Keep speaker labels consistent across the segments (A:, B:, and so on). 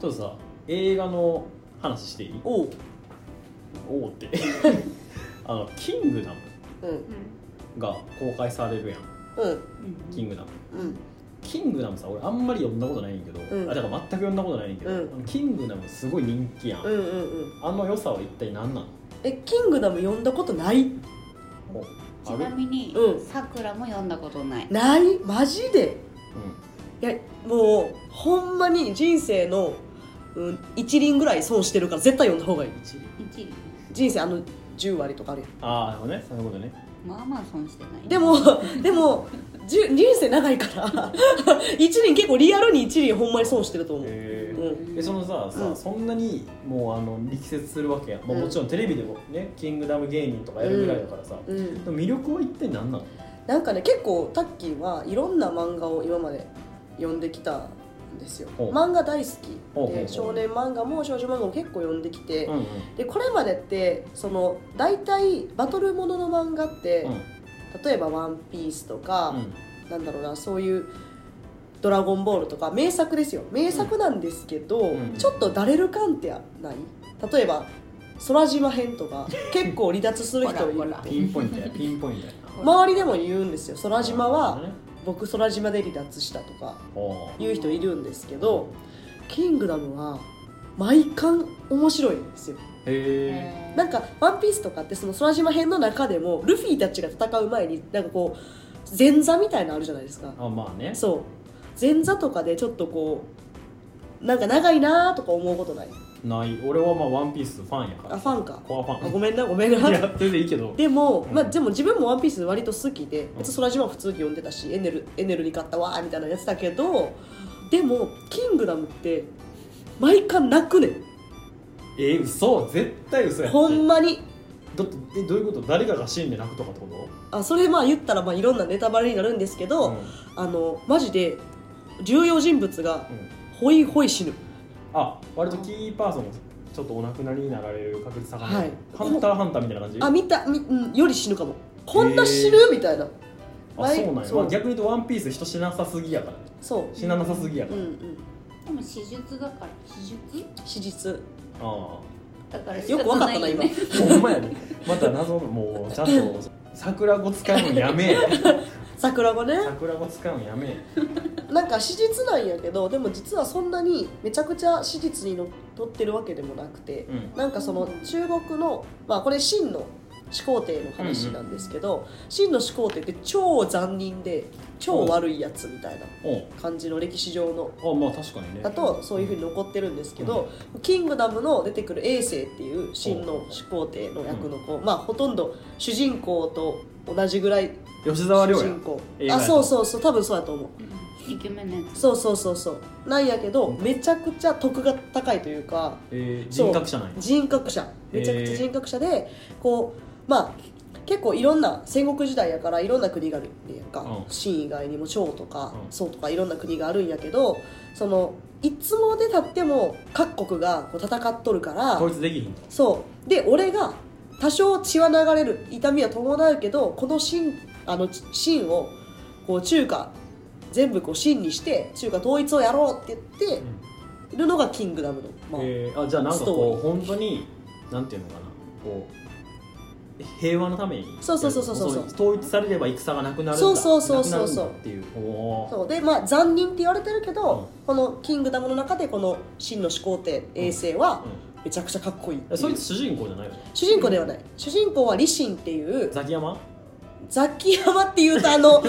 A: ちょっとさ映画の話していい
B: おう
A: おおって あの「キングダム
B: うん」
A: が公開されるやん
B: うん
A: 「キングダム」
B: うん
A: 「キングダムさ」俺あんまり読んだことないんやけど、
B: うん
A: あだから全く読んだことないんやけど
B: うん
A: あの「キングダム」すごい人気やん、
B: うんうんうん
A: あの良さは一体何なの
B: えキングダム読んだことない
C: ちなみに
B: うん
C: さくらも読んだことない
B: ないマジで
A: う
B: いやもうほんまに人生の、うん、1輪ぐらい損してるから絶対読んだ方がいい
A: ん一理
C: 一理
B: 人生あの10割とかあるやん
A: ああなるほどねそういうことね
C: まあまあ損してない
B: で もでもじゅ人生長いから 一輪結構リアルに一輪ほんまに損してると思う
A: へ
B: う
A: え
B: ん
A: そのささ、
B: うん
A: そんなにもうあの力説するわけやん、まあ、
B: うん
A: もちろんテレビでもね「キングダム芸人」とかやるぐらいだからさ、
B: うん
A: でも魅力は一体何なの
B: なんかね結構タッキーはいろんな漫画を今まで読んできたんですよ
A: ほう
B: 漫画大好
A: ほうほう
B: き
A: ほう
B: で少年漫画も少女漫画も結構読んできて
A: うんうん
B: でこれまでってその大体バトルものの漫画って、
A: うん
B: 例えば「ワンピースとか、
A: うん
B: なんだろうなそういう「ドラゴンボール」とか名作ですよ名作なんですけど、
A: うん
B: ちょっとだれる感ってない例えば空島編とか結構離脱する人い
C: ほ
B: る
C: らほら
A: ピンポイントやピンポイントやな
B: 周りでも言うんですよ空島は
A: ね
B: 僕空島で離脱したとか
A: おー
B: 言う人いるんですけど「キングダム」は毎巻面白いんですよ
A: へえ
C: へー
B: なんか「ワンピースとかってその空島編の中でもルフィたちが戦う前になんかこう前座みたいなのあるじゃないですか
A: あまあね
B: そう前座とかでちょっとこうなんか長いなーとか思うことない
A: ない俺はまあワンピースファンやから
B: あファンか
A: コアフ
B: あ
A: ァ
B: ごめんなごめん
A: ンい
B: な
A: や全然いいけど
B: でも
A: う、ん
B: まあ、でも自分も「ワンピース割と好きで
A: ん
B: 別に空島も普通に読んでたしエネルエネルに買ったわーみたいなやつだけどでも「キングダム」って毎回泣くねん
A: えー、嘘絶対嘘やって
B: ほんまに
A: だってえどういうこと誰かが死んで泣くとかってこ
B: あそれまあ言ったらまあいろんなネタバレになるんですけ
A: と
B: ど、
A: うん
B: あのマジで重要人物が
A: うん
B: ホイホイ死ぬ
A: あ割とキーパーソンちょっとお亡くなりになられる確率高め、
B: はい
A: ハンターハンターみたいな感じ
B: あ見たみうんより死ぬかもこんな死ぬみたいな
A: あそうなんや、
B: そう
A: まあ、逆に言うとワンピース人死なさすぎやから
B: そう
A: 死ななさすぎやか
B: う
A: ら、
B: ん
A: あ
B: うん
C: でも史実だから史実
B: 史実
A: あ
C: だから
B: よくわかったな今
C: 仕方いよね
A: ほんまやねまた謎のもうちゃんと桜語使うのやめえ
B: 桜がね
A: 桜語使うのやめえ
B: なんか史実なんやけどでも実はそんなにめちゃくちゃ史実にのっとってるわけでもなくて
A: うん
B: なんかその中国のまあこれ秦の始皇帝の話なんですけど秦の始皇帝って超残忍で超悪いやつみたいな
A: お
B: 感じの歴史上の
A: うあまあ確かにね
B: だとそういうふうに残ってるんですけど「キングダム」の出てくる永世っていう秦の始皇帝の役の子まあほとんど主人公と同じぐらい
A: 吉沢亮
B: 主
A: や
B: 人公
A: 映画
B: あ
A: やと
B: そうそうそう多分そうだと思う
C: うんイケメンのやつ
B: そうそうそうそうなんやけどめちゃくちゃ徳が高いというか
A: えー、
B: そう
A: 人格者なんや
B: 人格者めちゃくちゃ人格者でこうまあ結構いろんな戦国時代やからいろんな国があるやんか
A: うん
B: 秦以外にも趙とか
A: うん
B: 宋とかいろんな国があるんやけどそのいつもでたっても各国がこう戦っとるから
A: こいつできひんと
B: そうで俺が多少血は流れる痛みは伴うけどこの芯あのち芯をこう中華全部こう芯にして中華統一をやろうって言っているのが「キングダムの」まあ
A: えーあじゃあなんか
B: ストー
A: こう本当になんていうのかなこう平和のために
B: そうそうそうそうそう
A: 統一されれば戦がなくなるんだ
B: そうそうそうそう
A: なくなるんだっていうおー
B: そうでまあ残忍って言われてるけど、
A: う
B: この「キングダム」の中でこの秦の始皇帝衛星はめちゃくちゃかっこいいっ
A: うん、
B: ていう
A: そいつ主人公じゃないよね
B: 主人公ではない主人公は李信っていう
A: ザキヤマ
B: ザキヤマっていうとあ の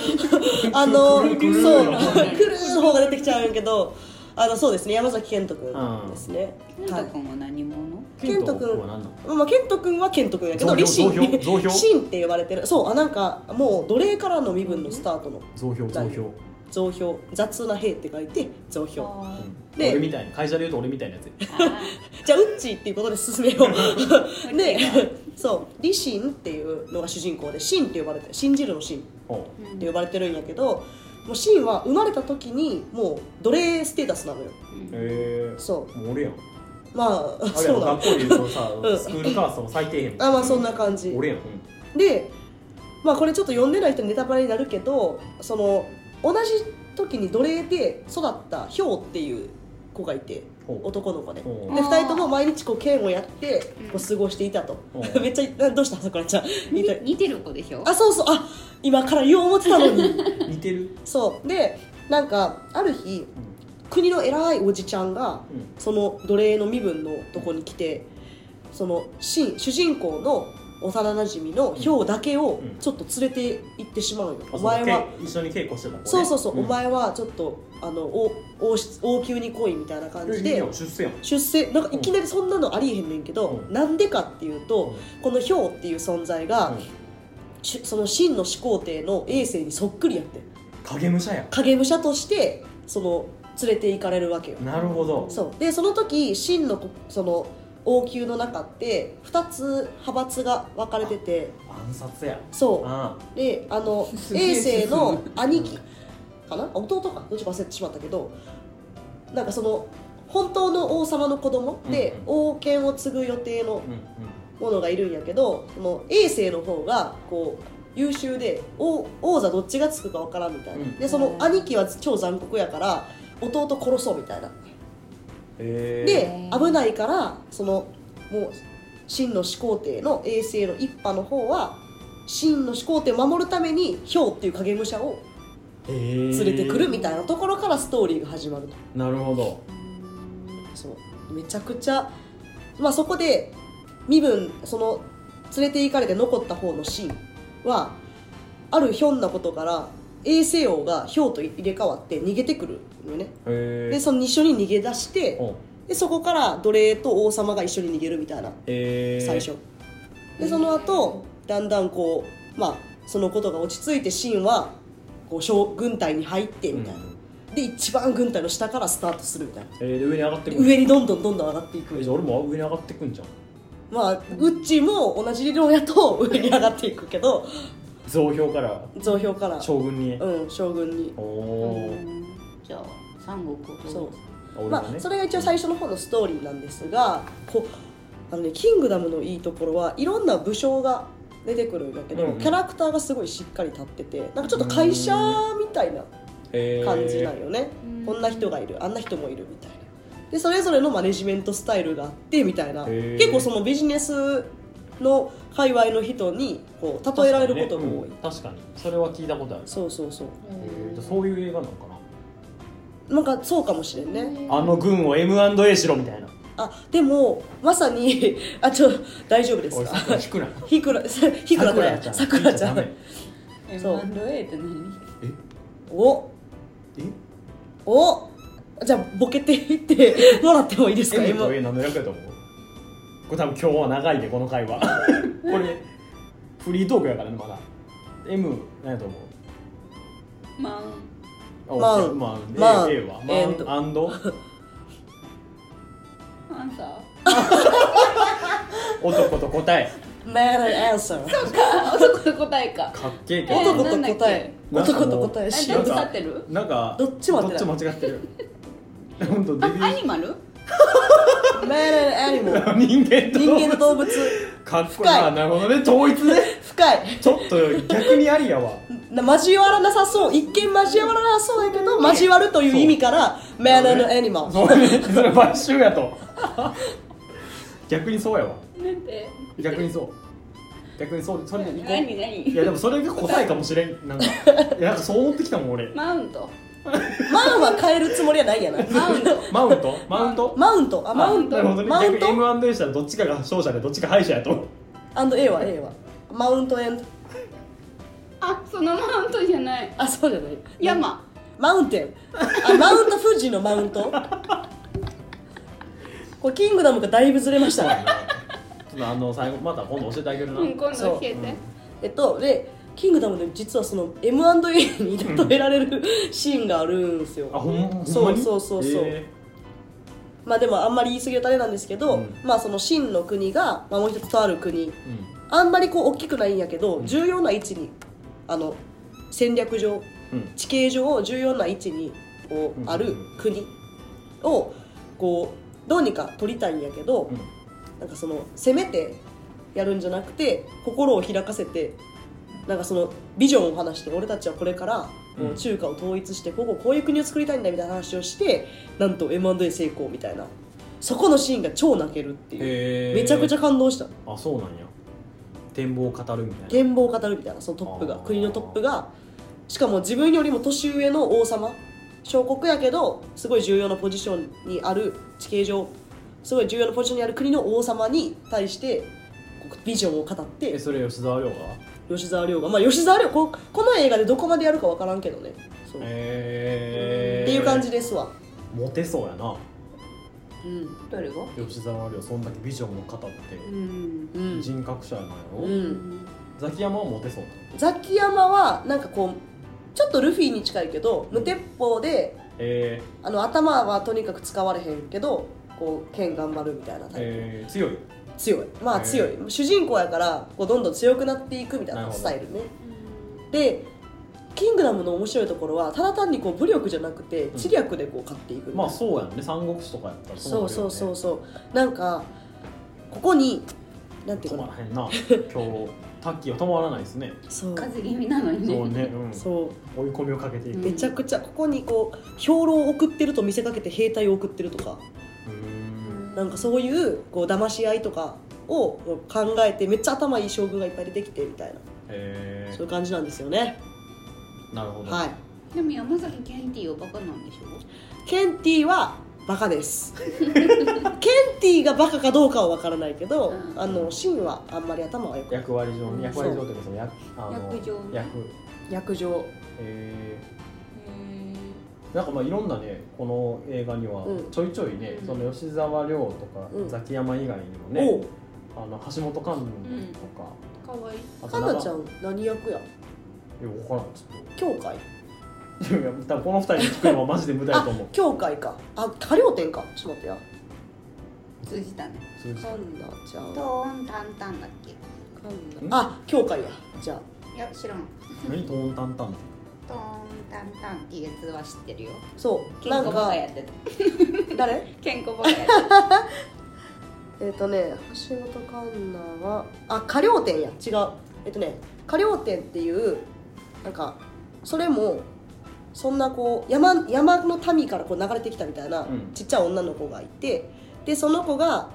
B: あのそう
A: く
B: クル
A: る
B: ーの方が出てきちゃうんやけどあのそうですね山崎賢人君ですね、
C: 健
B: は
C: 太
B: い
C: 君は何者
B: ケント君
A: ケは何なの
B: まあ、賢人君は賢人君やけ
A: 増
B: ど 李
A: 票
B: 信
A: 増票増票
B: 信って呼ばれてるそうあなんかもう奴隷からの身分のスタートの
A: 増票増票、
B: 増票雑な兵って書いて増票
C: あ
A: うん
B: で
A: 俺みたいな会社で言うと俺みたいなやつ
C: ーあ
B: じゃあウッチーっていうことで進めよう
C: ー
B: でそう李信っていうのが主人公で信って呼ばれてる信じるの信
A: ほ
C: う
B: っ
C: ん
B: て呼ばれてるんやけどもうシンは生まれた時にもう奴隷ステータスなのよ
A: うへ
B: そ
A: えもう俺やん
B: うまあ
A: あれや
B: そう
A: ろ
B: なの
A: 学校で言うとさ、
B: うん
A: スクールカーストの最底辺
B: あまあそんな感じ
A: 俺やん、
B: でまあこれちょっと読んでない人にネタバレになるけどその同じ時に奴隷で育ったヒョウっていう子がいて
A: ほう
B: 男の子でで
A: ほ
C: う
B: 2人とも毎日こう剣をやって
C: うん
B: こう過ごしていたと
A: ほう
B: めっちゃなどうしたさくらちゃん言いたい
C: 似てる子でしょ
B: あそうそうあ今から言おう思ってたのに
A: 似てる
B: そうでなんかある日
A: うん
B: 国の偉いおじちゃんが
A: うん
B: その奴隷の身分のとこに来てそのシン主人公の幼なじみのヒョウだけを
A: うん
B: ちょっと連れて行ってしまうよ、
A: あ
B: お前は
A: そうけ一緒に稽古してた子ね
B: そうそうそう、
A: ん
B: お前はちょっとあのお王室王宮に来いみたいな感じ
A: いい
B: で
A: よ出世やん
B: 出世なんかいきなりそんなのありえへんねんけど、
A: うん
B: なんでかっていうとこのヒョウっていう存在が、
A: うん
B: しその秦の始皇帝の衛星にそっくりやってん
A: 影武者や
B: 影武者としてその連れて行かれるわけよ
A: なるほど
B: そうでその時秦のこその王宮の中って2つ派閥が分かれてて
A: 暗殺や
B: そ
A: あ
B: うで あの
C: すげえ
B: 衛星の兄貴
A: う
B: かな弟かどっちか忘れてしまったけどなんかその本当の王様の子供で、
A: う
B: 王権を継ぐ予定の
A: あうんうん
B: ものがいるんやけどその衛星の方がこう優秀で王王座どっちがつくか分からんみたいな、
A: うん
B: でその兄貴は超残酷やから弟殺そうみたいな
A: へー
B: で
C: へー
B: 危ないからそのもう秦の始皇帝の衛星の一派の方は秦の始皇帝を守るためにヒョウっていう影武者を
A: へー
B: 連れてくるみたいなところからストーリーが始まると
A: なるほど
B: そうめちゃくちゃ、まあ、そこで身分その連れて行かれて残った方の秦はあるひょんなことから衛星王がヒョウと入れ替わって逃げてくるのよね
A: へ
B: で
A: え
B: その一緒に逃げ出して
A: お
B: でそこから奴隷と王様が一緒に逃げるみたいな
A: へえ
B: 最初でその後だんだんこうまあそのことが落ち着いて秦はこう将軍隊に入ってみたいな、で一番軍隊の下からスタートするみたいな
A: えーで上に上がって
B: で
A: くる
B: 上にどんどんどんどん上がってい
A: え
B: く
A: じゃあ俺も上に上がってくんじゃん
B: まあウッチーも同じ理論やと上に上がっていくけど
A: 増票から
B: 増票から
A: 将軍に
B: うん、将軍に
A: お
C: う
A: おー
C: んじゃあ三国を
B: そう
A: 俺
B: ま
A: が
B: あ
A: ね
B: それが一応最初の方のストーリーなんですがこうあのね「キングダム」のいいところはいろんな武将が出てくるんだけど、
A: うんうん
B: キャラクターがすごいしっかり立っててなんかちょっと会社みたいな
A: へー
B: 感じなんよね、
C: うん
B: こんな人がいるあんな人もいるみたいなでそれぞれのマネジメントスタイルがあってみたいな
A: へー
B: 結構そのビジネスの界隈の人にこう例えられることも多い、
A: うん確かにそれは聞いたことある
B: そうそうそう
A: へーじゃあそういう映画なのかな
B: なんかそうかもしれんね、
A: あの軍を M&A しろみたいな
B: あでもまさに あちょ大丈夫です
A: 俺
B: か
A: さっき引くな
B: ひくら ひくらだよさくらちゃん
A: え
B: そう
C: M&A って何
B: おおじゃあボケていって もらってもいいですか
A: M
B: 今
A: と A 何の略やと思うこれ多分今日は長いでこの会 話これフリートークやからねまだ M 何やと思う
C: まあ
A: あ
B: マン
A: マン
B: マン
A: A A は
B: えーっと
A: マンアンド
C: アンサ ー
A: 男と答え
B: Man and answer
C: あ男の答えか
A: かっけえけ
C: えー
A: ど
B: 男と
C: なんだっ
B: 答え
C: け
B: 男と答えし
C: あ
B: よ
C: ど
B: う
C: っち立ってる
A: なんか
B: どっちも合ってない
A: どっち間違ってる 本当デビ
C: あア
A: ュ
C: ニマル
B: Man and animal
A: ー 人間と
B: 人間と動物
A: かっこいい
B: 深い
A: ななるほどね統一ね
B: 深い
A: ちょっと逆にありやわ
B: な交わらなさそう一見交わらなそうやけど交わるという意味から Man and animal
A: それねそれ買収やと逆にそうやわ
C: なんて
A: 逆にそう逆にそうそれでいこう
C: 何
A: い
C: 何
A: やでもそれが答えかもしれん なんかいやなんかそう思ってきたもん俺
C: マウント
B: マンは変えるつもりはない やな
C: マウント
A: マウントマウント
B: マウントあマウン
A: あなるほど
B: ト
A: ね
B: マウン
A: 逆
B: ト
A: に M&A したらどっちかが勝者でどっちか敗者やと
B: and A は A はマウント and
C: あそのマウントじゃない
B: あそうじゃない
C: 山
B: マウンテンあマウント富士のマウントこれキングダムがだいぶずれましたね
A: ちょっとあの最後また今度教えてあげるな
C: うん今度教え
A: そううん
C: て
B: えっとでキングダムで実はその M&A に例えられるシーンがあるんですよ
A: あほんほんまに
B: そうそうそうそう
A: へ
B: まあでもあんまり言い過ぎはあれなんですけど、
A: うん
B: まあその秦の国が、まあ、もう一つとある国
A: ーうん
B: あんまりこう大きくないんやけど、
A: うん
B: 重要な位置にあの戦略上
A: うん
B: 地形上重要な位置にこう
A: うん
B: ある国をこうどうにか取りたいんやけど、
A: うん
B: なんかその攻めてやるんじゃなくて心を開かせてなんかそのビジョンを話して俺たちはこれからこ
A: う
B: うん中華を統一してこここういう国を作りたいんだみたいな話をしてなんと M&A 成功みたいなそこのシーンが超泣けるっていう
A: へ
B: めちゃくちゃ
A: ゃ
B: 感動した
A: あそうなんや展望を語るみたいな
B: 原貌を語るみたいなそのトップが
A: あー
B: 国のトップがしかも自分よりも年上の王様小国やけどすごい重要なポジションにある地形上すごい重要なポジションにある国の王様に対してこうビジョンを語っ
A: え
B: て
A: それ吉沢亮が
B: 吉沢亮がまあ吉沢亮ここの映画でどこまでやるか分からんけどねそう、
A: へえ
B: っていう感じですわ、
A: モテそうやな
B: うん
C: 誰が
A: 吉沢亮そんだけビジョンを語って
C: うん
B: うん
A: 人格者やな
B: う
A: やろ
B: ん、
A: ザキヤマはモテそうなの
B: ザキヤマはなんかこうちょっとルフィに近いけど無鉄砲で
A: えー
B: あの頭はとにかく使われへんけどこう剣頑張るみたいなタイプ、
A: えー強い
B: 強いまあ
A: えー
B: 強い、主人公やからこうどんどん強くなっていくみたい
A: なる
B: な
A: ほど
B: スタイルねで「キングダム」の面白いところはただ単にこう武力じゃなくて
A: ん
B: 知略でこう勝っていくみたいな
A: まあそうやんね三国志とかやったら
B: そうそうそう
A: そ
B: そうなんかここになんていうう
A: な
B: か
A: る
B: な
A: よね止まらへんな今日タッキーは止まらないです ね
B: そう
C: 風邪気味なのにね
A: そうね、うん、
B: そう
A: 追い込みをかけていく、
C: う
A: うん
B: めちゃくちゃここにこう兵糧を送ってると見せかけて兵隊を送ってるとか
A: ーん
B: なんかそういうこう騙し合いとかを考えてめっちゃ頭いい将軍がいっぱい出てきてみたいな
A: え
B: そういう感じなんですよね
A: ー、なるほど、
B: はい
C: でも山崎ケンティーはバカなんでしょ
B: ケンティはバカです ケンティがバカかどうかは分からないけど
C: うん
B: あのシンはあんまり頭はよくない
A: 役割上
C: うん
A: に役割上というかその役あの
C: 役上
A: 役
B: 役上
A: え
C: うん
A: ー、なんかまあいろんなねこの映画には
B: うん
A: ちょいちょいね、
C: うん
A: その吉沢亮とか、
B: うん
A: ザキヤマ以外にもね、
B: おう
A: あの橋本環奈とか、
C: かわいい
A: あ
B: か
A: と
B: な
A: か
B: ちゃん何役
A: い
B: や
A: や分からんちょっ
B: 教会
A: といや多分この二人に聞くのはマジで無駄や
B: あ
A: と思う
B: 教会かあ過料店かちょっと待ってや
C: 通じたね
A: 通じ
B: かんなちゃんか
C: トーンタンタンだっけ
B: んなあ教会やじゃあ
C: いや知らん
A: 何トーンタンタンって
C: トーンタンタンっていうやつは知ってるよ
B: そう
C: ケン
B: なん
C: コバ
B: か
C: がやってた
B: 誰
C: ケンコバがやって
B: えっ、とね橋本環奈はあ花稜店や違うえっ、とね花稜店っていうなんかそれもそんなこう山山の民からこう流れてきたみたいな、
A: うん
B: ちっちゃい女の子がいてでその子が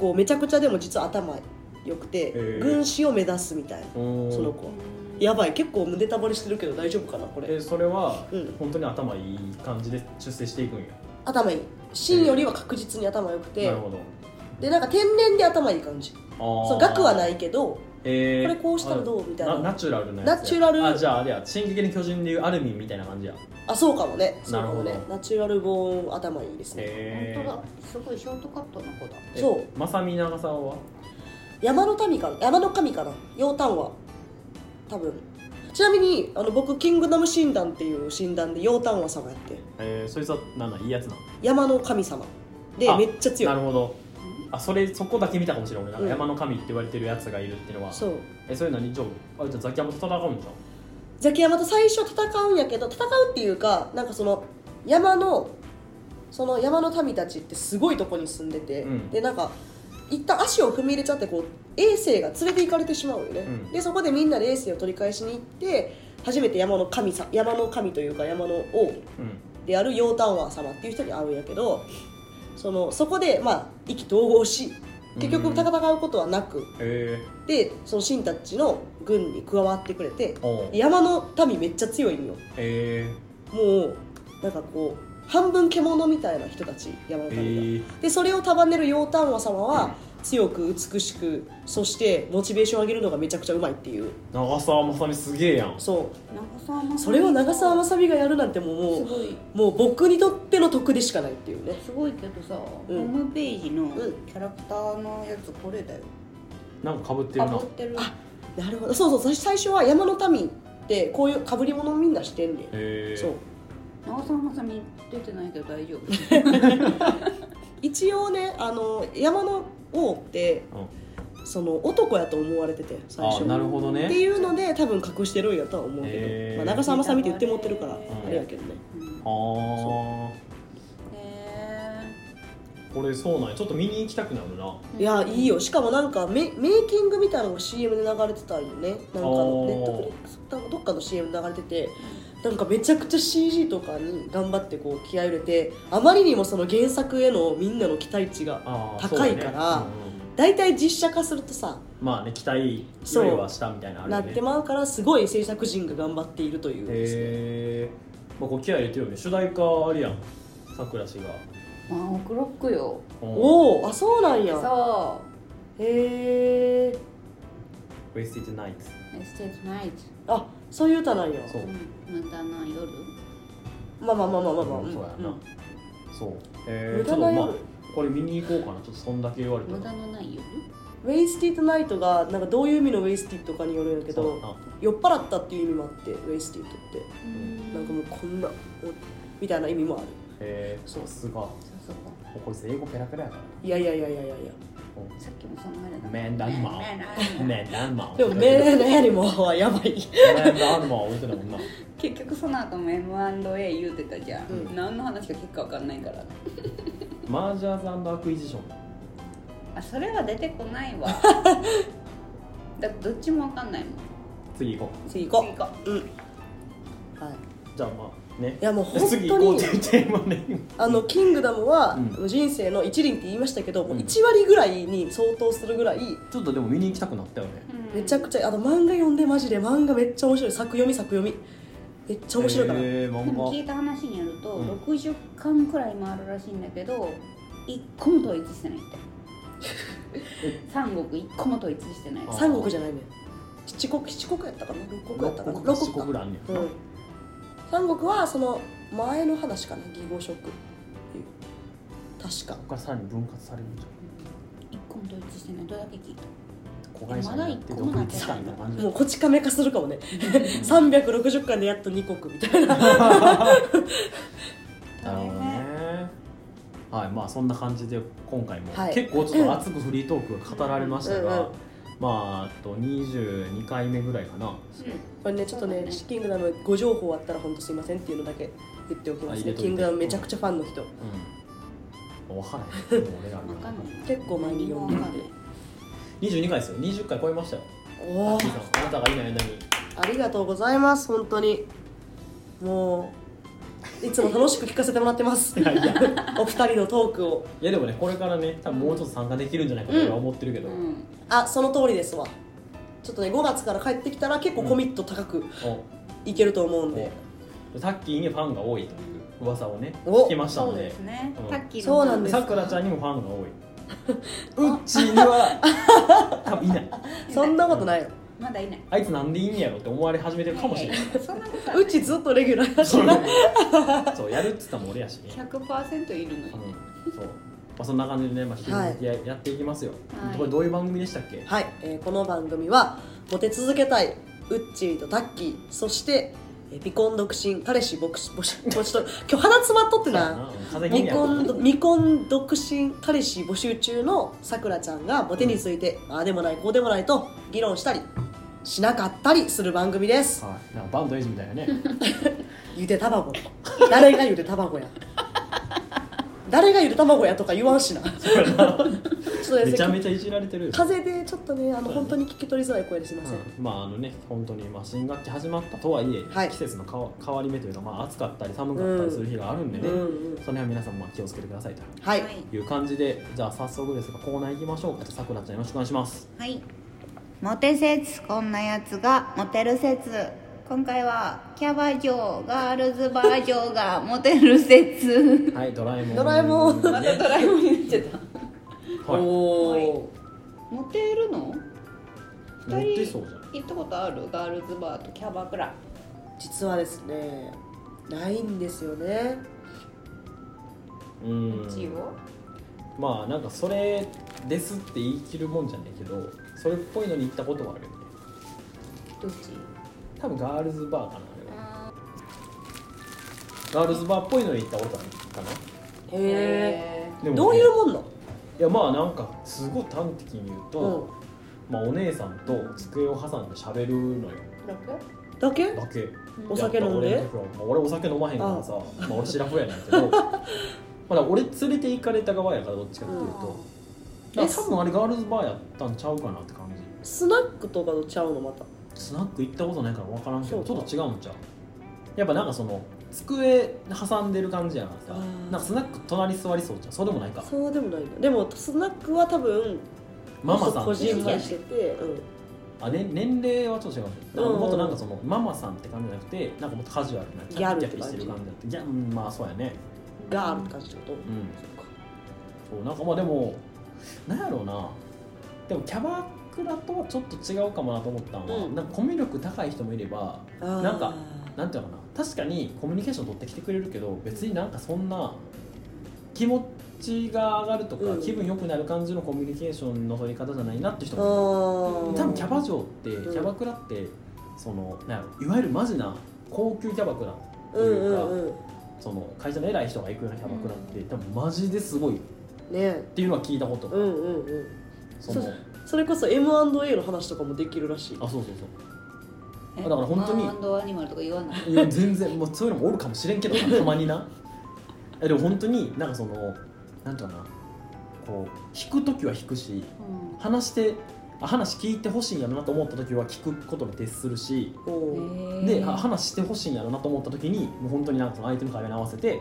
B: こうめちゃくちゃでも実は頭良くて、
A: ー
B: 軍師を目指すみたいな
A: うーん
B: その子はやばい結構ネタバレしてるけど大丈夫かなこれ
A: えそれは
B: うん
A: 本当に頭いい感じで出世していくんや、
B: 頭いい芯よりは確実に頭良くて、
A: なるほど
B: でなんか天然で頭いい感じ
A: あ、
B: そう額はないいけど
A: えー
B: これこうしたらどうみたいな
A: ナチュラルなやつや
B: ナチュラル
A: あじゃああれや「進撃の巨人」でいうアルミンみたいな感じや
B: あそうかもねそうかも
A: な
B: ね
A: るほど
B: ナチュラルボーン頭いいですね
A: へ
C: 本当だすごいショートカットの子だ
A: え
B: そう
A: まさみ長沢は
B: 山の民かな山の神かな楊丹は多分ちなみにあの僕キングダム診断っていう診断で楊丹は様やって
A: えー、そいつはなんだいいやつなの
B: 山の神様で
A: あ
B: めっちゃ強
A: ないるほどあそれそこだけ見たかもしれん俺なん
B: う
A: か
B: ん
A: 山の神って言われてるやつがいるっていうのは、
B: そう
A: えそういうのにじゃああじゃあザキヤマと戦うんじゃん
B: ザキヤマと最初戦うんやけど戦うっていうかなんかその山のその山の民たちってすごいとこに住んでて、
A: うん
B: でなんか一旦足を踏み入れちゃってこう衛星が連れて行かれてしまうよね、
A: うん
B: でそこでみんなで衛星を取り返しに行って初めて山の神さ山の神というか山の王
A: うん
B: であるヨータンワー様っていう人に会うんやけどそのそこでまあ意気投合し結
A: う
B: 局
A: ん
B: 戦うことはなく、
A: え
B: でその神たちの軍に加わってくれて
A: ー、おう
B: 山の民めっちゃ強いんよ
A: え
B: もうなんかこう半分獣みたいな人たち山
A: ー、
B: の
A: え
B: 民が、
A: ー、
B: でそれを束ねる楊丹和様は、強く美しくそしてモチベーションを上げるのがめちゃくちゃうまいっていう
A: 長澤まさみすげえやん
B: そ
C: 長澤まさ
B: う
C: み
B: それを長澤まさみがやるなんてもう
C: す
B: も
C: ごいう
B: もう僕にとっての得でしかないっていうね
C: すごいけどさ、
B: うん
C: ホームページの
B: ん
C: キャラクターのやつこれだよ
A: なんかかぶってる
C: か
A: な
C: ぶってる
B: あなるほどそうそう最最初は山の民ってこういうかぶり物をみんなしてんねん、
A: えー、
B: そう
C: 長澤まさみ出てないけど大丈夫
B: 一応ねあの山の王って
A: うん
B: その男やと思われてて最
A: あ
B: 初
A: ーなるほど
B: って
A: ね
B: いうので多分隠してるんやとは思うけど、
A: へー
B: まあ、長澤まさみって言って持ってるから
C: うん
B: あれやけどね、
C: うん
A: ああ
C: へ
A: これそうなんやちょっと見に行きたくなるな
C: ー
B: いやいいよしかもなんかメメイキングみたいなのが CM で流れてたんよねなんかあの
A: お
B: ネ
A: ー
B: ットフリックスどっかの CM で流れててなんかめちゃくちゃ CG とかに頑張ってこう気合い入れてあまりにもその原作へのみんなの期待値が
A: あー
B: 高いか
A: そうだ
B: ら
A: ねうんうん
B: 大体実写化するとさ
A: まあね期待よりはしたみたいなのある
B: な
A: よ
B: っ
A: ね
B: てまうからすごい制作陣が頑張っているというですね
A: へえまあこう気合い入れてるよね主題歌あるやんさくら氏が
C: ワンオクロックよ
A: うん
B: おおあそうなんや
C: そ
B: へえ
A: 「Wasted Night
C: うエステートナイト
B: あそういう歌なんや」
A: そう
C: 無駄な夜
B: まあまあまあまあまあまあ、
A: うんそうやな
B: うん
A: そうえー
B: 無
A: ちょ
B: 駄
A: っとま
B: な
A: あ
B: 夜
A: これ見に行こうかなちょっとそんだけ言われた
C: 無駄
A: ら
C: のない夜
B: ウェイスティッドナイトがなんかどういう意味のウェイスティッドかによるんやけ
A: そう
B: ど
A: やな
B: 酔っ払ったっていう意味もあってウェイスティッドって
C: うん
B: なんかもうこんな、うんみたいな意味もある
A: えーさすがも
C: そうそう
A: うこいつ英語ペラペラやから
B: いやいやいやいやいやいや
A: う
C: さっきもそのあれだ
A: んメンダンマ
C: メン
A: ン
C: ダンマ
A: メンダンマ
C: ン
A: ン
B: でもメールのやりもはやばい
A: メンダンマン置いてたもんな
C: 結局その後も M&A 言うてたじゃん、
B: うん
C: 何の話か結果わかんないから
A: マージャーズアクイジション
C: あそれは出てこない わだってどっちもわかんないもん
A: 次行こ
B: 次行こ
C: 次行こ
B: ううんはい、
A: うじゃあまあね
B: いやもう
A: で
B: 本
A: 次行
B: 当
A: こうっ
B: に
A: て言って今ね
B: あのキングダムは、
A: う
B: 人生の一輪って言いましたけど、もう
A: うん
B: 1割ぐらいに相当するぐらい
A: ちょっとでも見に行きたくなったよね
B: めちゃく
C: ち
B: ちゃあの漫画読んでマジで漫画めっちゃ面白い作読み作読みめっちゃ面白いから、
A: えー、
C: ゃ
A: 漫
C: でも
A: 画
C: 聞いた話によると、
A: うん
C: 60巻くらいもあるらしいんだけど一個も統一してないって三国一個も統一してない
A: あ
B: 三国じゃないね七国七国やったかな六国やったかな
A: 六
B: 六
A: 国
B: 国
A: ぐ
B: から
A: いあんねん
B: うん三国はその前の話かな義語職っていう確か
A: ここからさらに分割されるんじゃん
C: 一個も統一してないどれだけ聞いた
A: 子会社になって
C: まだ一個も
A: 独
C: なって
A: 立したみたいな感じ
B: もうこち亀化するかもね360巻でやっと二国みたいな
A: なるほどねはいまあそんな感じで今回も、
B: はい
A: 結構ちょっと熱くフリートークが語られましたが、
B: うんうん
A: まああと22回目ぐらいかな
B: これねちょっとね「キングダム」ご情報あったら本当すいませんっていうのだけ言っておきます
A: あ入れ
B: ね
A: と
B: 「
A: いて
B: キングダム」めちゃくちゃファンの人
A: うん分からへんもう俺ら
C: うん、わかんない
B: 結構前に読んで
C: 何もわかんない
A: 22回ですよ20回超えましたよ
B: おお
A: タッキーさんあなたがいない間に
B: ありがとうございます本当にもういつも楽しく聞かせてもらってます
A: いやいや
B: お二人のトークを
A: いやでもねこれからね多分もうちょっと参加できるんじゃないかと俺は思ってるけど、
C: うん
B: あその通りですわちょっとね5月から帰ってきたら結構コミット高くいけると思うんで、
A: おタッキーにファンが多いという噂をね
B: お
A: 聞きました
C: そ
A: の
C: う
A: で
C: ですね
A: うん。
C: タッキー
B: そうなんです
A: さくらちゃんにもファンが多い うっちーには多分いない
B: そんなことな いよ
C: まだいない。
A: あいつなんでいいんやろって思われ始めてるかもしれない
C: やややそんなことはな
B: う
C: い。
B: ちずっとレギュラーだし
A: そう
B: な
A: そうやるっつったもん俺やしね、
C: 百パーセントいるの
A: う
C: よ。
A: ん、そう、まあ、そんな感じでね、まあ、引き続きや,、やっていきますよ、
C: はい
A: これどういう番組でしたっけ
B: はい、えーこの番組はモテ続けたいウッチーとタッキーそして、えー、未婚独身彼氏牧師牧師牧師と今日鼻詰まっとってな
A: うん風邪ひん
B: 未
A: やろ
B: 婚未婚独身彼氏募集中のさくらちゃんがモテについて、ああでもないこうでもないと議論したりしなかったりする番組です
A: はい、なんかバンドエイジみたいなね
B: ゆで卵誰がゆで卵や誰がゆで卵やとか言わんしなちょっと
A: め
B: です
A: ちゃめ
B: ね
A: ちゃいじられてるよ
B: 風邪でちょっとねあ
A: そう
B: の
A: だね
B: 本当に聞き取りづらい声ですいません、
A: うんまああのね本当にまあ新学期始まったとはいえ、
B: はい
A: 季節の変わ変わり目というか、まあ、暑かったり寒かったりする日があるんでね、
B: うんうん
A: その辺は皆さんまあ気をつけてくださいと
B: はい、
A: いう感じでじゃあ早速ですがコーナー行きましょうかさくらちゃんよろしくお願いします
C: はい。モテ説こんなやつがモテる説。今回はキャバ嬢ガールズバー嬢がモテる説。
A: はいドラえもん
B: ドラえも
A: ね
B: ん
C: また ドラえもん言っちゃった。
A: はい
B: お
C: はい
B: ー
C: モテるの？
A: モ
C: 二
A: テ
C: 人
A: そうじゃん
C: 行ったことあるガールズバーとキャバクラ。
B: 実はですねないんですよね
A: うん
C: 一応。
A: まあなんかそれですって言い切るもんじゃないけどそれっぽいのに行ったことはあるよね
C: どっち？
A: 多分ガールズバーかなあれは
C: あ
A: ガールズバーっぽいのに行ったことあるかな
B: へ
C: ー
B: え
A: でもね
B: どういうもんの
A: いやまあなんかすごい端的に言うと、まあ、お姉さんと机を挟んで喋るのよ
C: 楽？
B: うんだけ
A: だけ
B: お酒飲んで
A: やっぱ俺の時はまあ俺お酒飲まへんからさまあ、俺シラフやねんけどまあだから俺連れて行かれた側やからどっちかっていうと、だから多分あれガールズバーやったんちゃうかなって感じ
B: スナックとかとちゃうのまた
A: スナック行ったことないから分からんけど
B: そう
A: ちょ
B: か
A: っと違うんちゃうやっぱなんかその机挟んでる感じやからさ
B: あー
A: なんかスナック隣座りそうじゃんそうでもないか
B: そうでもないなでもスナックは多分
A: ママさん
B: 個
A: ってい
B: 人
A: う
B: 化
A: 感
B: し
A: じ
B: てて、うん、
A: あ、ね、年齢はちょっと違うかもしれないだから
B: うん
A: もっとなんかそのママさんって感じじゃなくてなんかもっとカジュアルなキ
B: ギャ
A: ャ
B: ル
A: ピ
B: っ
A: キ
B: て
A: ャピしてる
B: 感
A: 感
B: じ
A: じだっていやうんまあそうやね
B: ガールって感じってこと、
A: うん
B: そっか
A: そうなんかまあでもなんやろうなでもキャバクラとはちょっと違うかもなと思ったのは、
B: うん
A: なんかコミュ力高い人もいれば
B: あー
A: なんかなんていうのかな確かにコミュニケーション取ってきてくれるけど別になんかそんな気持ちが上がるとか、
B: うん
A: 気分良くなる感じのコミュニケーションの取り方じゃないなって人
B: あ
A: も
B: ー
A: 多分キャバ嬢って、
B: うん
A: キャバクラってそのなんやろいわゆるマジな高級キャバクラと
B: うん
A: いう
B: う
A: か、
B: んうん
A: その会社の偉い人が行くようなキャバクラって、多分マジですごいっ
B: ね
A: ていうのは聞いたことがあ
B: う
A: る
B: んうんうん
A: その
B: そうそれこそ M&A の話とかもできるらしい
A: あそうそう
C: え
A: だから本当に
C: マンドアニマルとか言わない
A: そういや全然、まあ、そういうのもおるかもしれんけど なたまになえでも本当になんかそのなんていうかなこう引く時は引くし話してあ話聞いてほしいんやろなと思った時は聞くことに徹するし
B: おおー
C: うんへ
A: で
C: ー
A: あ話してほしいんやろなと思った時にもう本当になんかその相手の会話に合わせて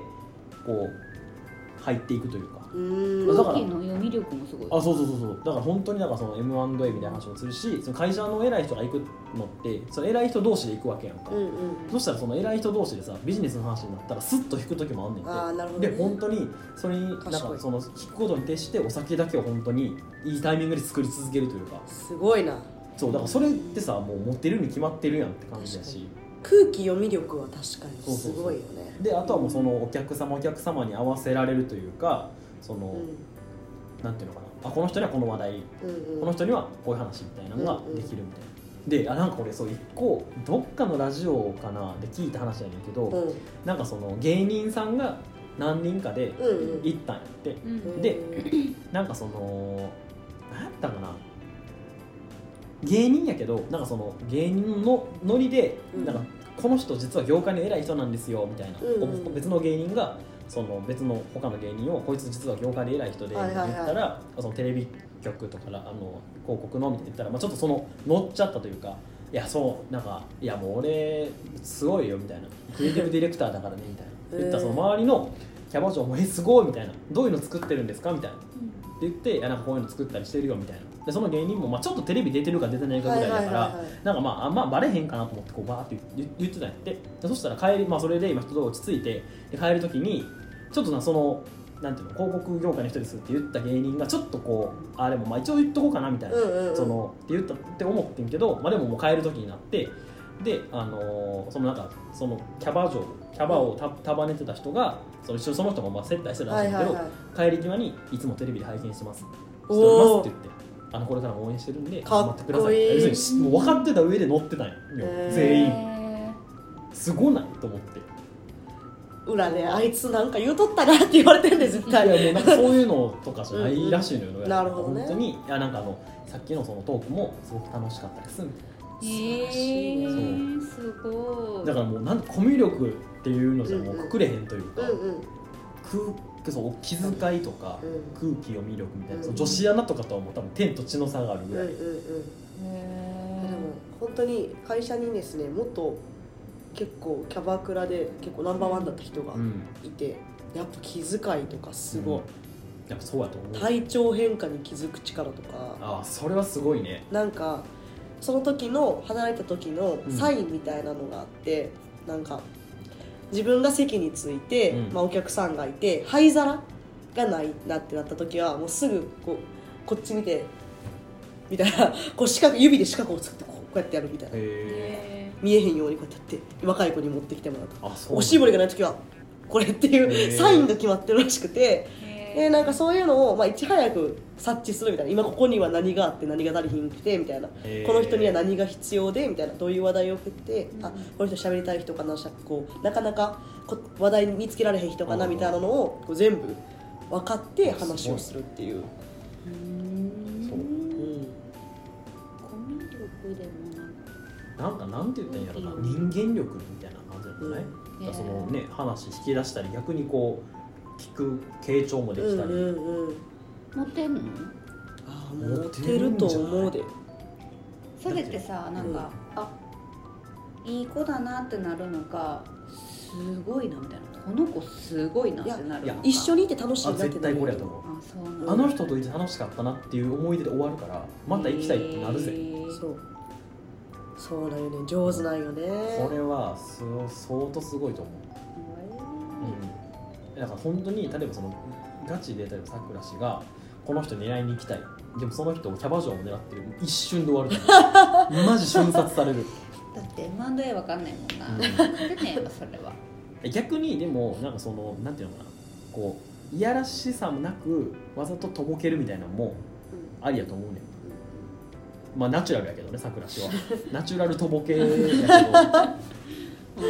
A: こう入っていくというか
B: うーん
A: だ
C: 空
A: から
C: 気の読み力もすごい
A: あそうそうそうそうだから本当になんかその M&A みたいな話もするしその会社の偉い人が行くのってその偉い人同士で行くわけやんか、
B: うんうん
A: そしたらその偉い人同士でさビジネスの話になったらスッと引く時もあんねんて
B: ああなるほど、ね、
A: で本当にそれになんか
B: 賢い
A: その引くことに徹してお酒だけを本当にいいタイミングで作り続けるというか
B: すごいな
A: そうだからそれってさもう持ってるに決まってるやんって感じだ
B: 確
A: し
B: 空気読み力は確かにすごいよね
A: であとはもうそのお客様お客様に合わせられるというかその、なんていうのかなあこの人にはこの話題
B: うんうんうん
A: この人にはこういう話みたいなのができるみたいな。であなんか俺そう一個どっかのラジオかなで聞いた話やねんけど、
B: うん
A: なんかその芸人さんが何人かで
B: うんうん
A: 行ったんやって、
C: うん
A: でなんかその何やったかな芸人やけどなんかその芸人のノリで、
B: うん
A: なんかこの人実は業界の偉い人なんですよみたいな、
B: うんうん
A: こう別の芸人がその別の他の芸人をこいつ実は業界で偉い人で
B: はいはいはい
A: 言ったらそのテレビ局とかからあの広告のみたいな言ったら、まあ、ちょっとその乗っちゃったというか。いやそうなんかいやもう俺すごいよみたいなクリエイティ ブディレクターだからねみたいな
B: えー
A: 言ったらその周りのキャバ嬢も「えすごい」みたいな「どういうの作ってるんですか?」みたいなって言っていやなんかこういうの作ったりしてるよみたいなでその芸人も、まあ、ちょっとテレビ出てるか出てないかぐらいだか
B: はいはい
A: ら
B: はいはい
A: なんかまああんまバレへんかなと思ってこうバーって言言言ってたんやってでそしたら帰り、まあ、それで今人と落ち着いてで帰る時にちょっとなそのなんていうの広告業界の人ですって言った芸人がちょっとこうあれもまあ一応言っとこうかなみたいな、
B: うんうんうん
A: そのって言ったって思ってんけど、まあ、でももう帰る時になってであのーそのなんかそのキャバ嬢キャバをた束ねてた人がその一緒にその人がまあ接待してたらし
B: は
A: い
B: い
A: んだ
B: は
A: け
B: い
A: ど、
B: は
A: 帰り際にいつもテレビで拝見してますしてお
B: おー
A: りますって言ってあのこれからも応援してるんで
B: かっ
A: 頑張
B: こいい
A: ってくださいって要するにもう分かってた上で乗ってたんよ
B: へー
A: 全員
C: 員
A: すごないと思ってい
B: い裏であいつなんか言うとったなって言われてんで絶対
A: やもうなんかそういうのとかじゃないらしいのよ
B: んうんなるほどね
A: 本当にいやなんかあのさっきのそのトークもすごく楽しかったですみたい
C: え
B: 晴らしいね
C: ー、すごい
A: なだからもうなんコミュ力っていうのじゃも
B: うん
A: う
B: う
A: んくくれへんというか、
B: うんうん
A: 空そう気遣いとか、
B: うん
A: 空気読み力みたいな、
B: うん
A: その女子アナとかとはもう多分天と地の差がある
B: うん
A: ぐ
B: う
A: ら
B: ん
A: い、
B: うん
C: へ
B: でも本当に会社にですねもっと結構キャバクラで結構ナンバーワンだった人が
A: うん
B: いて、やっぱ気遣いとかすごい、
A: やっぱそうやと思う
B: 体調変化に気づく力とか
A: ああそれはすごいね
B: なんかその時の離れた時の
A: うん
B: サインみたいなのがあって、なんか自分が席に着いて、
A: うん
B: まあ、お客さんがいて灰皿がないなってなった時はもうすぐこうこっち見てみたいな こう四角指で四角を作ってこうこうやってやるみたいな。
A: へえ
C: え
B: 見えへんようにこうやってやって若い子に持ってきてもらうと
A: あそう
B: おしぼりが
A: ね
B: ない時はこれって
A: へ
B: い
A: ー
B: うサインが決まってるらしくてで
C: え
B: なんかそういうのを、まあ、いち早く察知するみたいな今ここには何があって何が足りひんくてみたいな
A: へー
B: この人には何が必要でみたいなどういう話題を振って、あこの人喋りたい人かなしゃこうなかなかこ話題見つけられへん人かな
A: うんうん
B: みたいなのをこう全部分かって話をするっていう、
C: うー
A: そ
C: ん
B: うん、
C: コミュ力でもなん
A: な
C: か
A: んかなんて言ったんやろな人間力みたいな感じなんじゃない、
C: ん
A: だからそのね話引き出したり逆にこう聞く傾聴もできたり、
B: うんうんうん
C: モテんの
B: ああモテると思うで
C: それってさなんか、あいい子だなってなるのかすごいなみたいなこの子すごいなってなる
A: いやいや
B: 一緒にいて楽しい
A: あ
B: なってなる
A: 絶対これやと思う
C: あそうなんだ
A: あの人といて楽しかったなっていう思い出で終わるからまた行きたいってなるぜ
C: へー
B: そうそうだよね上手なんよね
A: これはす相当すごいと思う、うん、だから本当に例えばそのガチで例えばさくら氏がこの人狙いに行きたいでもその人をキャバ嬢を狙ってる一瞬で終わると 思うマジ瞬殺される、
C: だって M&A わかんないもんな、
A: うん
C: なんでねやっぱそれは
A: 逆にでもなんかそのなんていうのかなこういやらしさもなくわざととぼけるみたいなのもありやと思うねんまあナチュラルやけどねさくら氏 はナチュラルとぼけやけ ど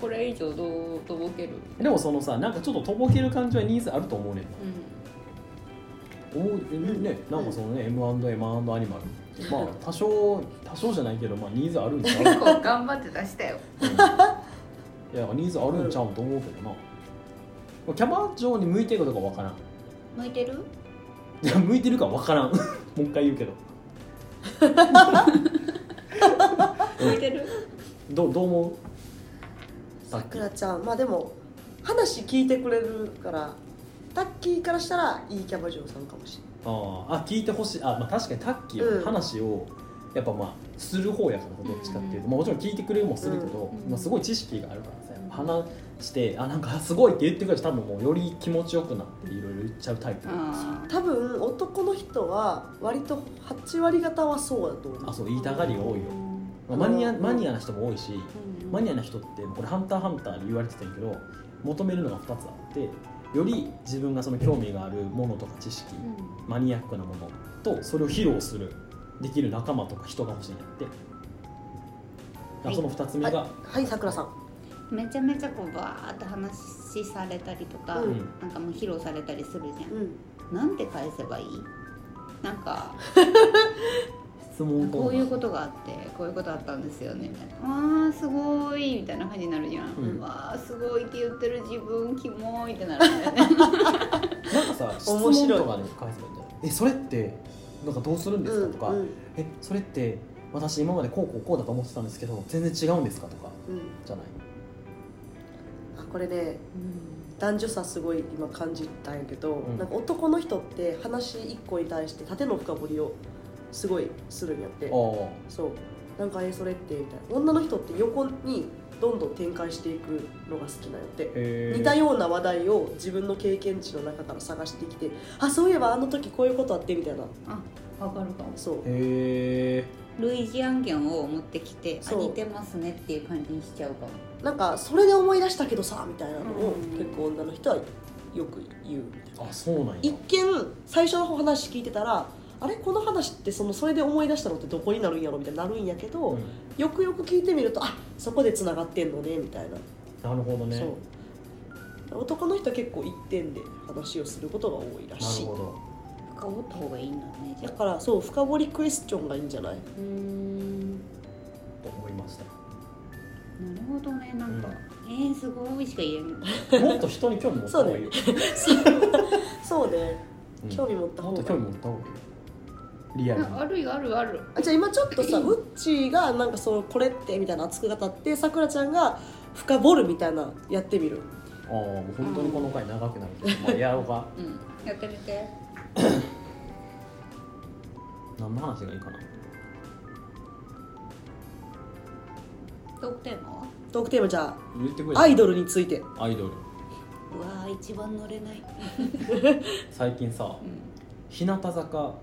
C: これ以上どうとぼける
A: でもそのさなんかちょっととぼける感じはニーズあると思うねん思うえねなんかそのね、M&A マンアニマルまあ多少多少じゃないけどまあニーズあるんちゃう、
C: 結構頑張って出したよ
A: うんいやニーズあるんちゃうと思うけどな、キャバ嬢に向いてるかどうかわからん
C: 向いてる
A: いや向いてるかわからん もう一回言うけど
C: 向いてる
A: どうどう思うさ
B: さ
A: っき
B: くらちゃんまあでも話聞いてくれるからタッキーからしたらいいキャバ嬢さんかもし
A: ああ聞いてほしいあ、まあ、確かにタッキー
B: うん
A: は話をやっぱまあする方やからどっちかっていうと、まあ、もちろん聞いてくれるもするけど、
C: うん
A: まあ、すごい知識があるからさやっぱ話してあなんかすごいって言ってくれると多分もうより気持ちよくなっていろいろ言っちゃうタイプ
C: あ
B: れない多分男の人は割と8割方はそうだと思う
A: あそう言いたがりが多いよ、まあ
B: うん
A: マニアマニアな人も多いしマニ
C: ア
A: アな人ってこれ「ハンターハンター」で言われてたんやけど求めるのが2つあってより自分がその興味があるものとか知識、マニアックなものとそれを披露するできる仲間とか人が欲しいんやってだからその2つ目が、
B: はいさくらさん
C: めちゃめちゃこうバーって話されたりとか、
B: うん
C: なんかもう披露されたりするじゃん、
B: うん
C: なんて返せばいいなんか
A: 質問コーナー
C: こういうことがあってこういうことあったんですよねみたいな「あーすごい」みたいな感じになるじゃん「
A: うん
C: わーすごい」って言ってる自分キモいってなるんだよね
A: なんかさ質
B: 面白い
A: 問とかで返せばいいんじゃないえそれってなんかどうするんですかとか、
B: うん
A: えそれって私今までこうこうこうだと思ってたんですけど全然違うんですかとか
B: うん
A: じゃない
B: あこれね男女差すごい今感じたんやけど、
A: ん
B: なんか男の人って話1個に対して縦の深掘りをすごいするんやって
A: あ
B: そうなんかえそれってみたいな女の人って横にどんどん展開していくのが好きなんやって
A: あへえ
B: 似たような話題を自分の経験値の中から探してきてあそういえばあの時こういうことあってみたいな
C: あわかるかも
B: そう
A: へえ
C: 類似案件を持ってきてあ
B: そう
C: 似てますねっていう感じにしちゃうかも
B: なんかそれで思い出したけどさみたいなのを
C: うん
B: 結構女の人はよく言うみたいな
A: あそうなんや
B: 一見最初のお話聞いてたらあれこの話ってそのそれで思い出したのってどこになるんやろみたいになるんやけど、
A: うん
B: よくよく聞いてみるとあそこでつながってんのねみたいな、
A: なるほどね
B: そう男の人は結構一点で話をすることが多いら
A: な
B: し
A: る
B: い
A: ほど
C: 深掘った方がいいんだねじ
B: だ
C: ゃあ
B: からそう深掘りクエスチョンがいいんじゃない、
C: うーん
A: と思いました
C: なるほどねなん
A: う
C: か
A: ん
C: 「えー、すごい」しか言えん
A: もっと人に興味持った方がいいよ、
B: そうね
A: うん
B: 興味持った
A: も
B: 方
A: っ
B: が
A: と興味持った方がいいよリアルに
C: あるよあるある
B: あじゃあ今ちょっとさウッチーがなんかそうこれってみたいな熱く語ってさくらちゃんが深掘るみたいなやってみる
A: ああもう本当にこの回長く なるけど、まあ、やろうか
C: うんやってみて
A: 何の話がいいかな
C: トークテーマは
B: トークテーマじゃ
A: 言ってくれ
B: あアイドルについて
A: アイドル
C: うわー一番乗れない、
A: 最近さ
C: う
A: 日向坂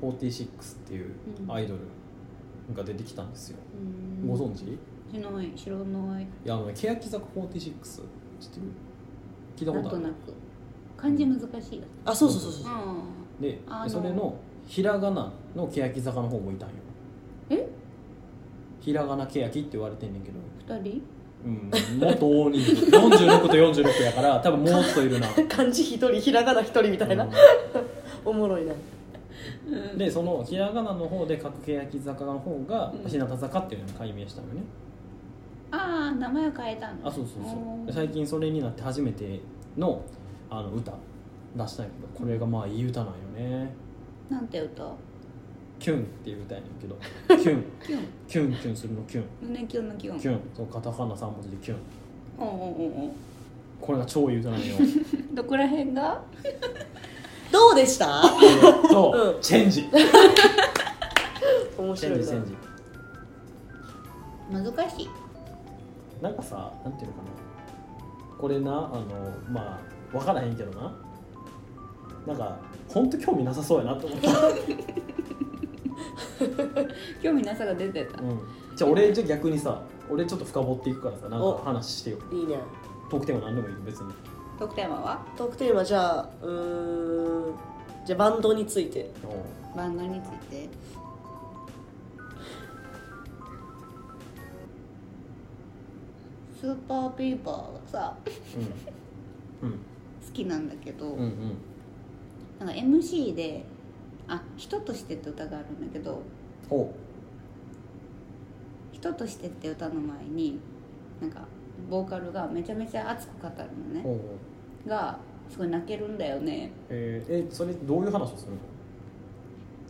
A: 46っていう
C: うん
A: アイドルが出てきたんですよ、
C: ん、
A: ご存知い
C: 知らない知らない
A: やあのね欅坂46知ってる聞いたこ
C: なん
A: と
C: と
A: あ
C: な
A: る
C: く漢字難しいよ、、
B: あそうそうそうそううん
A: で
C: あの
A: それのひらがなの欅坂の方もいたんよ
C: え
A: ひらがな欅って言われてんねんけど
C: 二人
A: うん、もっと大人数46と46やから多分もっといる な、
B: 漢字一人ひらがな一人みたいな、
A: う
B: おもろいな、
A: んでそのひらがなの方で書く欅坂の方が
C: うん
A: 日向坂っていうのに改名したのよね、
C: ああ名前を変えたの
A: あそうそうそう
C: お
A: で
C: ー
A: 最近それになって初めてのあの歌出したんやけどこれがまあいい歌なんよね
C: なんて歌
A: 「キュン」っていう歌やねんけど「キュン
C: キュン」
A: 「キュンキュンするのキュン」
C: 胸キュンのキュン
A: 「キュン」そうカタカナ3文字で「キュン」
C: おうおうおうお
A: これが超言うとなのよ
C: うどこら辺が
B: どうでし
A: え
B: た
A: ーっと、
B: うん
A: チェンジ
B: 面
A: チェン
B: 白
A: ジチ
B: い
A: ェ
B: な
A: ンジ
C: 難しい
A: なんかさなんていうのかなこれなあのまあ分からへんけどななんかほんと興味なさそうやなと思った、
C: 興味なさが出てた
A: うん、じゃあ俺じゃあ逆にさ俺ちょっと深掘っていくからさなん
B: お
A: か話してよ
B: いいね
A: トークテーマ何でもいいよ別に
C: 得点は
B: トークテーマじゃあうーんじゃあバンドについて
C: バンドについてスーパービーバーがさ
A: うんうん
C: 好きなんだけど、
A: うんうん
C: なんか MC で「あ人として」って歌があるんだけど
A: お
C: 「人として」って歌の前になんかボーカルがめちゃめちゃ熱く語るのね
A: お
C: がすごい泣けるんだよね
A: えーえそれどういう話をする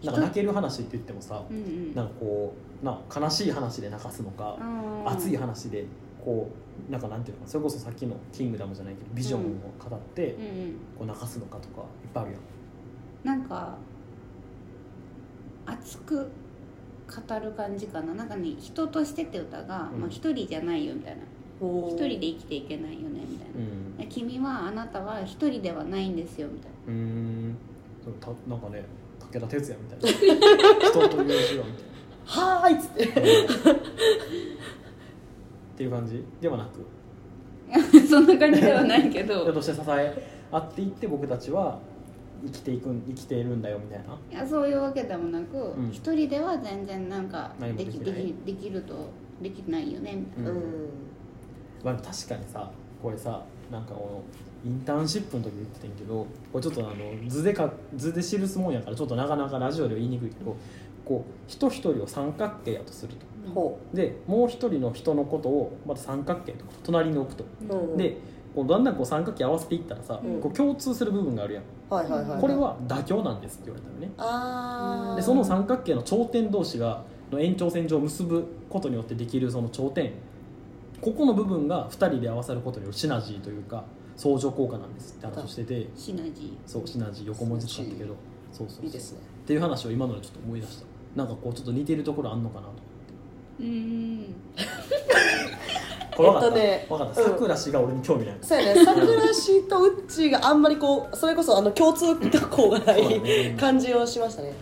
A: のなんか泣ける話って言ってもさ
C: うんうん
A: なんかこうな悲しい話で泣かすのか、
C: あー
A: 熱い話でこうなんかなんていうのかそれこそさっきの「キングダム」じゃないけどビジョンを語って、
C: うんうん
A: こう泣かすのかとかいっぱいあるやん
C: なんか熱く語る感じかななんかね「人として」って歌が
A: うん
C: まあ、一人じゃないよみたいな
B: 一
C: 一人で生きていけないよねみたいな
A: うん
C: で君はあなたは一人ではないんですよみたい
A: う
C: な
A: ーんそうたなんかね武田鉄矢みたいな人という字はみたいな
B: はーいっつって
A: っていう感じではなく
C: そんな 感じではないけ
A: 人
C: ど
A: として支え合っていって僕たちは生きていくん生きているんだよみたいない
C: やそういうわけでもなく
A: ん
C: 一、人では全然なんか
A: 何も
C: で
A: で
C: き
A: き
C: で
A: ない
C: きできるとできないよねみたいな、
B: う
A: うんまあ、確かにさこれさなんかこのインターンシップの時に言ってたんやけどこれちょっとあの図でか図で記すもんやからちょっとなかなかラジオでは言いにくいけどこう人一人を三角形やとすると
B: ほ
A: でもう一人の人のことをまた三角形と隣に置くと
B: ううん
A: でこうだんだんこう三角形合わせていったらさ、
B: うん
A: こう共通する部分があるやん、
B: はいはいはい
A: これは妥協なんですって言われたのね
B: あー
A: でその三角形の頂点同士がの延長線上を結ぶことによってできるその頂点ここの部分が2人で合わさることによるシナジーというか相乗効果なんですって話をしてて
C: シナジ
A: そうシナジー横文字使ったけどそうそうそう
B: いいですね
A: っていう話を今のでちょっと思い出したなんかこうちょっと似てるところあんのかなと
C: ーうーん
A: これ分か
B: え
A: っ、
B: ったとね
A: 分かった
B: うん
A: さくら氏が俺に興味ない
B: そうやね桜氏とうっちーがあんまりこうそれこそあの共通項がな
A: そうだね
B: い感じをしましたね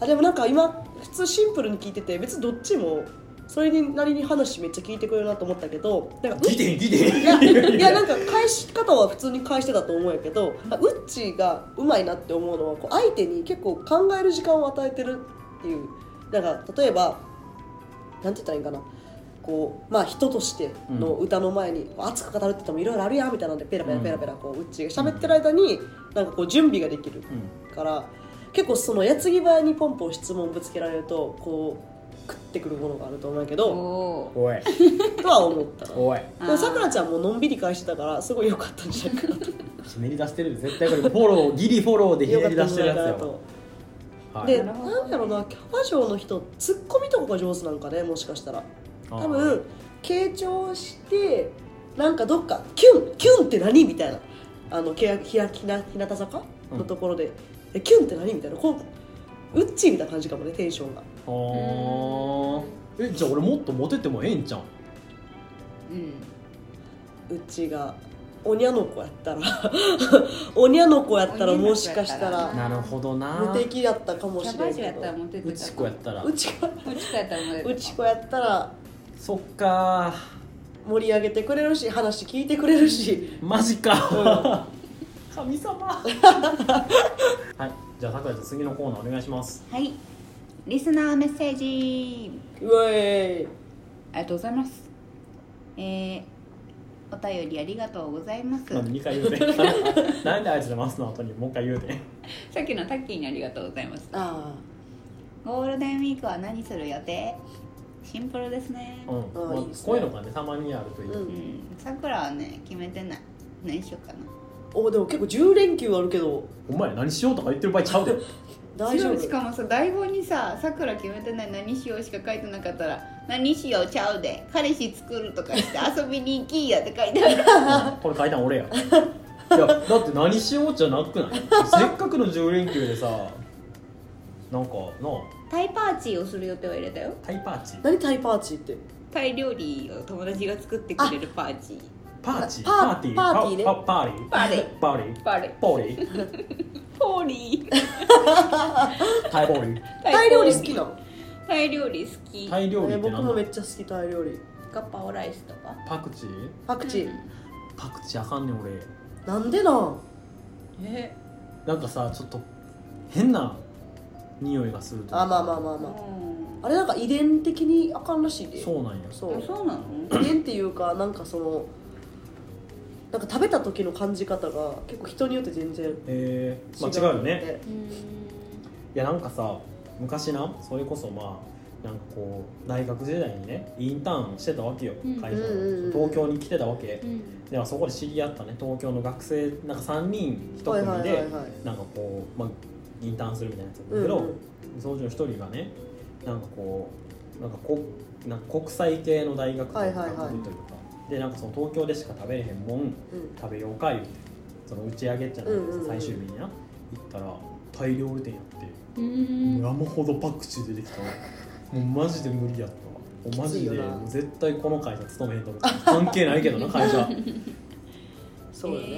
B: あでもなんか今普通シンプルに聞いてて別にどっちもそれなりに話めっちゃ聞いてくれるなと思ったけどなんか
A: 聞いてへん聞いてへん
B: いやいやなんか返し方は普通に返してたと思うんやけどあうっちーがうまいなって思うのはこう相手に結構考える時間を与えてるっていうだから例えばなんて言ったらいいんかなこうまあ人としての歌の前に、熱く語るって言ってもいろいろあるやんみたいなんでペラペラペラペラこううっちーが喋ってる間になんかこう準備ができるから結構その矢継ぎ早にポンポン質問ぶつけられるとこう食ってくるものがあると思うんやけ
C: お
B: ど
C: お
A: うん、おい
B: とは思ったな
A: おい
C: ー
B: でもさくらちゃんものんびり返してたからすごい良かったんじゃないかなと
A: ひねり出してる絶対これフォローギリフォローでひ
B: 良か
A: ね
B: っ
A: り
B: た
A: 出
B: ん
A: し
B: じ
A: て
B: ゃ
A: る
B: な
A: や
B: い
A: つ
B: かな
A: よ
B: と、
A: はい、
B: でなんやろうなキャバ嬢の人ツッコミとかが上手なのかねもしかしたら
A: あー
B: 多分傾聴してなんかどっかキュンキュンって何みたいなあのけやひやひな日向坂
A: うん
B: のところで、えキュンって何みたいなこうウッチーみたいな感じかもねテンションが
A: あーえじゃあ俺もっとモテてもええんじゃん
C: うん
B: ウッチーがおにゃの子やったら おにゃの子やったらもしかした
C: おにゃの子やったら
B: ら
A: なるほどな
B: 無敵だったかも
C: キ
B: し
C: ャ
B: れん
C: バ嬢
B: け
C: やったら
B: ど
C: モテてた
A: うち子やったら
B: うちが
C: うち子やったらモテてた
B: うち子やったら
A: そっか
B: 盛り上げてくれるし話聞いてくれるし
A: ーマジか、神様 はいじゃあさくらちゃん次のコーナーお願いします
C: はいリスナーメッセージ
B: うわい
C: ありがとうございますえー、お便りありがとうございます
A: なんで2回言うて なんであいつでますの後にもう一回言うて
C: さっきのタッキーにありがとうございます
B: あ
C: ゴールデンウィークは何する予定シンプルですね
A: うん、
B: あ
A: まあ
B: いいですね
A: こういうのがねたまにあるといい、
B: う
C: うんんさくらはね決めてない何しようかな
B: おでも結構10連休あるけど
A: お前何しようとか言ってる場合ちゃうで
B: 大丈夫
C: しかもさ台本にさ「さくら決めてない何しよう」しか書いてなかったら「何しようちゃうで彼氏作るとかして遊びに行きや」って書いてある
A: これ書いたん俺やいやだって何しようじゃなくないせっかくの10連休でさなんかなあ
C: タイパーチーをする予定は入れたよ
A: タイパーチ
B: 何タイパーチーって
C: タイ料理を友達が作ってくれるパーチー
A: パーチ
B: パ
A: パーティー
B: パーティーね
A: パパーティー
C: パーティー
A: パーティー
C: パレ
A: ポーリー
C: ポーリー
A: タイポーリー
B: タイ料理好きなの、
C: タイ料理好き
A: タイ料理
B: え
A: って
B: 僕
A: な
B: も
A: ん
B: め
A: だ
B: っちゃ好きタイ料理
C: ガパオライスとか
A: パクチー
B: パクチー、
A: パクチーあかんねん俺
B: なんでなん
C: うんえ
A: なんかさちょっと変な匂いがするというか
B: あまあまあまあ
C: う
B: ま
C: ん
B: ああれなんか遺伝的にあかんらしいで
A: そうなんや
B: そう
C: あそうなの
B: 遺伝っていうかなんかそのなんか食べた時の感じ方が結構人によって全然違う
A: えー、まあ違うよね
B: って
A: いやなんかさ昔なそれこそまあなんかこう大学時代にねインターンしてたわけよ
C: うん
A: 会社の
B: うんうんうん
A: 東京に来てたわけ
C: うん
A: ではそこで知り合ったね東京の学生なんか3人1
B: はいはい
A: 組
B: は
A: で、
B: いはい
A: なんかこう、まあ、インターンするみたいなやつだった
B: うん
A: けど、
B: うん
A: そのうちの1人がねなんかこうなんかこなんか国際系の大学とか
B: はいはいはい
A: 学部というか、でなんかその東京でしか食べれへんもん
B: うん
A: 食べようか言うてその打ち上げじゃないですか、
B: うんうんうん
A: 最終日にな行ったらタイ料理店やって。
C: うん
A: 山ほどパクチー出て きたわもうマジで無理やったわマジ
B: きつい
A: で
B: よな
A: もう絶対この会社勤めへんと思って関係ないけどな会 社
B: そうだね、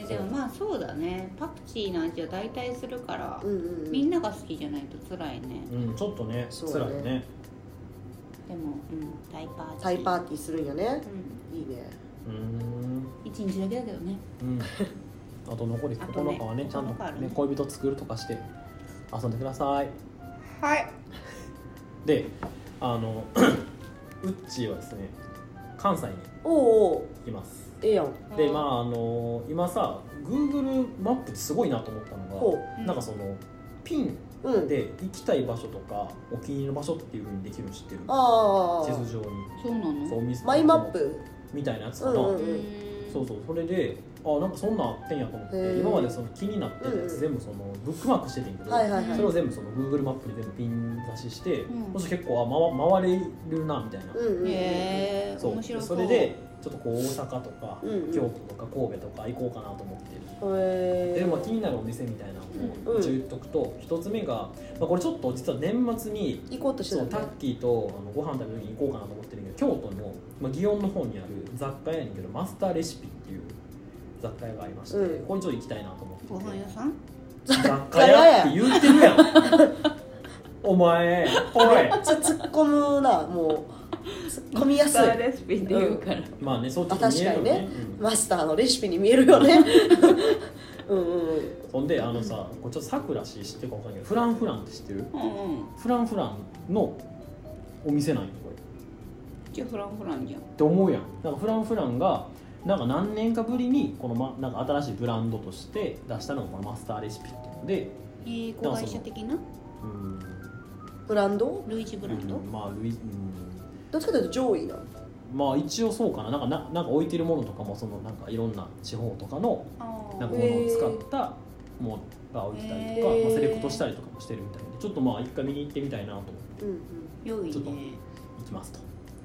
C: えーでもまあそうだねパクチーの味は代替するから、
B: うんうんうん
C: みんなが好きじゃないと辛いね
A: うんちょっとね
B: そう
A: 辛
B: だ
A: い
B: ね
A: ね
C: でも、うん、タイパーチ
B: タイパーティーするんやね
C: うん
B: いいね
A: うーん
C: 一日だけだけどね
A: うんあと残り
C: あとね
A: 9日はねちゃん
C: 9日あ
A: と、
C: る
A: ね
C: ね、
A: 恋人作るとかして遊んでください
C: はい
A: であの うっちーはですね関西に
B: おうおう
A: います
B: ええやん
A: でまああの今さ Google マップってすごいなと思ったの
B: ほ
A: がなんかそのピン
B: ううん
A: で行きたい場所とかお気に入りの場所っていうふうにできるの知ってる
B: ああ
A: 地図上に
C: そうなの
A: そうお店
B: マイマップ
A: みたいなやつかな、
B: うんうん
A: そうそうそれであなんかそんなんあってんやと思っ
B: へ
A: て
B: ー
A: 今までその気になってたや
B: うんう
A: つ
B: ん
A: 全部そのブックマークしててんけど、
B: はいはいはい
A: それを全部その Google マップに全部ピン出しして、
C: うん
A: そして結構あ回回れるなみたいな、
B: うんうんうん
C: へえ
A: そう
C: 面白そう
A: それでちょっとこう大阪とか、
B: うんうん
A: 京都とか神戸とか行こうかなと思ってる
B: へえ
A: でまあ、気になるお店みたいなの
B: う
A: を
B: ん
A: 一応言っとくと、一つ目が、まあ、これちょっと実は年末に
B: 行こうとして
A: そう
B: た
A: タ
B: の
A: ッキーとあのご飯食べる時に行こうかなと思ってるんやけど京都の、まあ、祇園の方にある雑貨屋やねんけどマスターレシピっていう雑貨屋がありまして、
B: うん
A: ここにちょっと行きたいなと思
C: ご
A: っ
C: 飯
A: てて
C: 屋さん
A: 雑貨屋って言ってるやん お前おい
B: つ突っ込むなもう突っ込みやすい
C: レシピって言うから、
A: まあねそうちょっと見えるよね
B: あ確マスターのレシピに見えるよね
A: う
B: うんうんうん
A: ん、そんであのさこれちょっとさくらし知ってるか分かんないけどフランフランって知ってる
C: うんうん
A: フランフランのお店なんよこれ
C: じゃあフランフランじゃん
A: って思うやんなんかフランフランがなんか何年かぶりにこの、ま、なんか新しいブランドとして出したのがこのマスターレシピっていうので
C: えー、子会社的な
A: うーん
B: ブランド
C: ルイージブランド、
A: うんまあルイうん
B: どっちかというと上位な
A: まあ一応そうかななんかななんか置いてるものとかもそのなんかいろんな地方とかの
C: あ
A: なん
C: あ
A: かものを使ったものが置いてたりとか、
C: へー
A: まあ、セレクトしたりとかもしてるみたいでちょっとまあ一回見に行ってみたいなと思って
B: うん
C: 良い
A: ちょっと
C: ね
A: 行きますと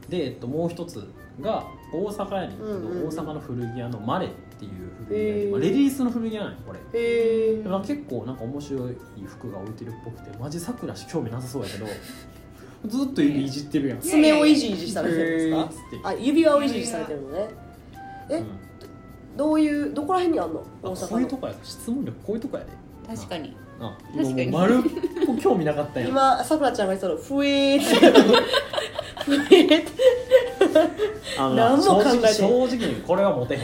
A: で、えっと、もう一つが大阪やねんけど、
B: うんうんうん
A: 大阪の古着屋のマレっていう古着屋
B: へ
A: で、
B: ー
A: まあ、レディースの古着屋なんよこれ
B: うんへえ
A: でも結構なんか面白い服が置いてるっぽくてマジさくらし興味なさそうや けどずっと指いじってるやん
C: ね
B: 爪をいじいじされてるんです
A: へーっ
B: か
A: つって
B: あ指輪をいじいじされてるのねえ
A: うん
B: どういうどこら辺にあんの
A: あ
B: 大
A: こういう
B: 阪
A: と
B: の
A: こや質問力こういうとこやで
C: 確かに
A: あ
C: 確かに
A: もう丸っこ興味なかったやん
B: 今さくらちゃんが言ったのふえーってふえー って
A: あの
B: 何も考えてない
A: 正直正直にこれはモテへん